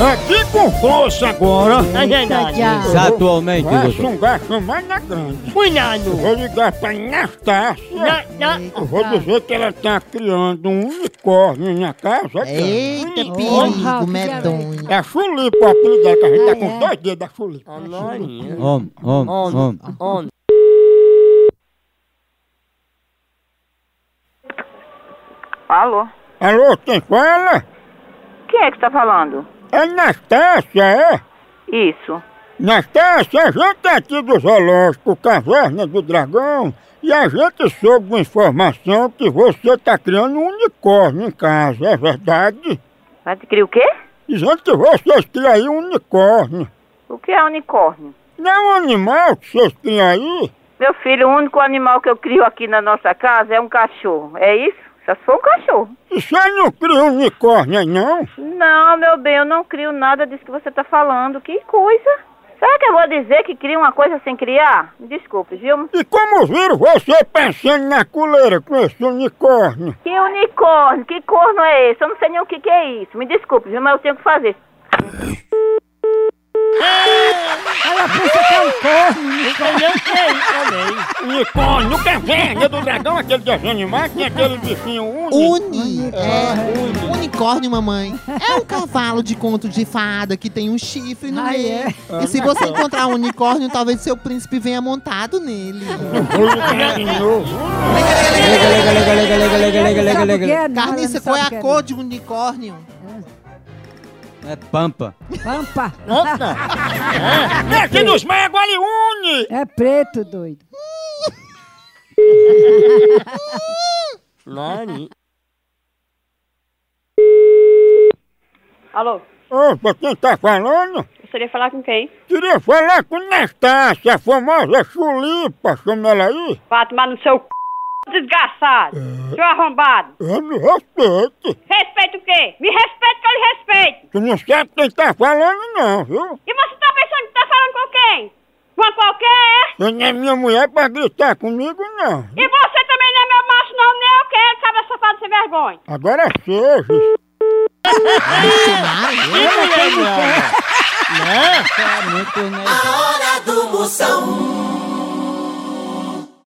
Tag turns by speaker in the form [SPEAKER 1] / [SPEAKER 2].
[SPEAKER 1] Aqui com força agora.
[SPEAKER 2] É verdade.
[SPEAKER 3] Atualmente,
[SPEAKER 1] Vai
[SPEAKER 3] doutor.
[SPEAKER 1] sungar chamando na grande.
[SPEAKER 2] Cuidado.
[SPEAKER 1] Vou ligar pra Anastácia.
[SPEAKER 2] Na, na.
[SPEAKER 1] Eu vou dizer que ela tá criando um unicórnio na casa. dela.
[SPEAKER 4] Eita,
[SPEAKER 5] Porra,
[SPEAKER 4] perigo, medonho.
[SPEAKER 1] É a Chulipa, o apelido dela, que a gente tá com dois dedos da Chulipa.
[SPEAKER 3] Homem, homem, homem.
[SPEAKER 2] On.
[SPEAKER 6] Alô?
[SPEAKER 1] Alô, quem fala?
[SPEAKER 6] Quem é que tá falando?
[SPEAKER 1] Anastácia, é?
[SPEAKER 6] Isso.
[SPEAKER 1] Nastácia, a gente é aqui do zoológico Caverna do Dragão e a gente soube uma informação que você tá criando um unicórnio em casa, é verdade?
[SPEAKER 6] Vai te criar o quê?
[SPEAKER 1] Dizendo que vocês criam aí um unicórnio.
[SPEAKER 6] O que é unicórnio?
[SPEAKER 1] Não é um animal que vocês criam aí?
[SPEAKER 6] Meu filho, o único animal que eu crio aqui na nossa casa é um cachorro. É isso? Só se for um cachorro.
[SPEAKER 1] E você não cria um unicórnio, não?
[SPEAKER 6] Não, meu bem, eu não crio nada disso que você tá falando. Que coisa. Será que eu vou dizer que cria uma coisa sem criar? Me Desculpe, viu?
[SPEAKER 1] E como viram você pensando na coleira com esse unicórnio?
[SPEAKER 6] Que unicórnio? Que corno é esse? Eu não sei nem o que, que é isso. Me desculpe, viu? Mas eu tenho que fazer.
[SPEAKER 2] Entendeu o que é isso também?
[SPEAKER 1] Unicórnio, Caverna do Dragão, aquele desenho animado, tem aquele bichinho único.
[SPEAKER 4] Uni. É. Unicórnio, mamãe. É um cavalo de conto de fada que tem um chifre no
[SPEAKER 3] é.
[SPEAKER 4] meio. E se você encontrar um unicórnio, talvez seu príncipe venha montado nele.
[SPEAKER 1] é
[SPEAKER 3] Lega, lega, lega, lega, lega, lega, lega, lega,
[SPEAKER 5] Sabe o que
[SPEAKER 3] lega.
[SPEAKER 5] é? Não,
[SPEAKER 4] Carniça,
[SPEAKER 5] ela não
[SPEAKER 4] qual é
[SPEAKER 5] sabe
[SPEAKER 4] a
[SPEAKER 5] o
[SPEAKER 4] cor de um unicórnio?
[SPEAKER 3] É pampa.
[SPEAKER 5] que é. Pampa.
[SPEAKER 1] Mete É nos meios, agora e une!
[SPEAKER 5] É preto, doido.
[SPEAKER 7] Alô,
[SPEAKER 1] Opa, quem tá falando?
[SPEAKER 7] gostaria de falar com quem?
[SPEAKER 1] Queria falar com Nastácia, a famosa chulipa, chama ela aí.
[SPEAKER 7] Vá tomar no seu c... desgraçado, seu arrombado.
[SPEAKER 1] Eu me respeito.
[SPEAKER 7] Respeita o quê? Me respeita que eu lhe respeito.
[SPEAKER 1] Tu não sabe quem tá falando não, viu?
[SPEAKER 7] E você tá pensando que tá falando com quem? Com qualquer?
[SPEAKER 1] Eu não é minha mulher pra gritar comigo não.
[SPEAKER 7] E você também não é meu macho não, nem eu quero, cabra safado sem vergonha.
[SPEAKER 1] Agora é seja.
[SPEAKER 4] Missionário?
[SPEAKER 1] Né?
[SPEAKER 3] Tá muito, né?
[SPEAKER 8] A hora do Moção.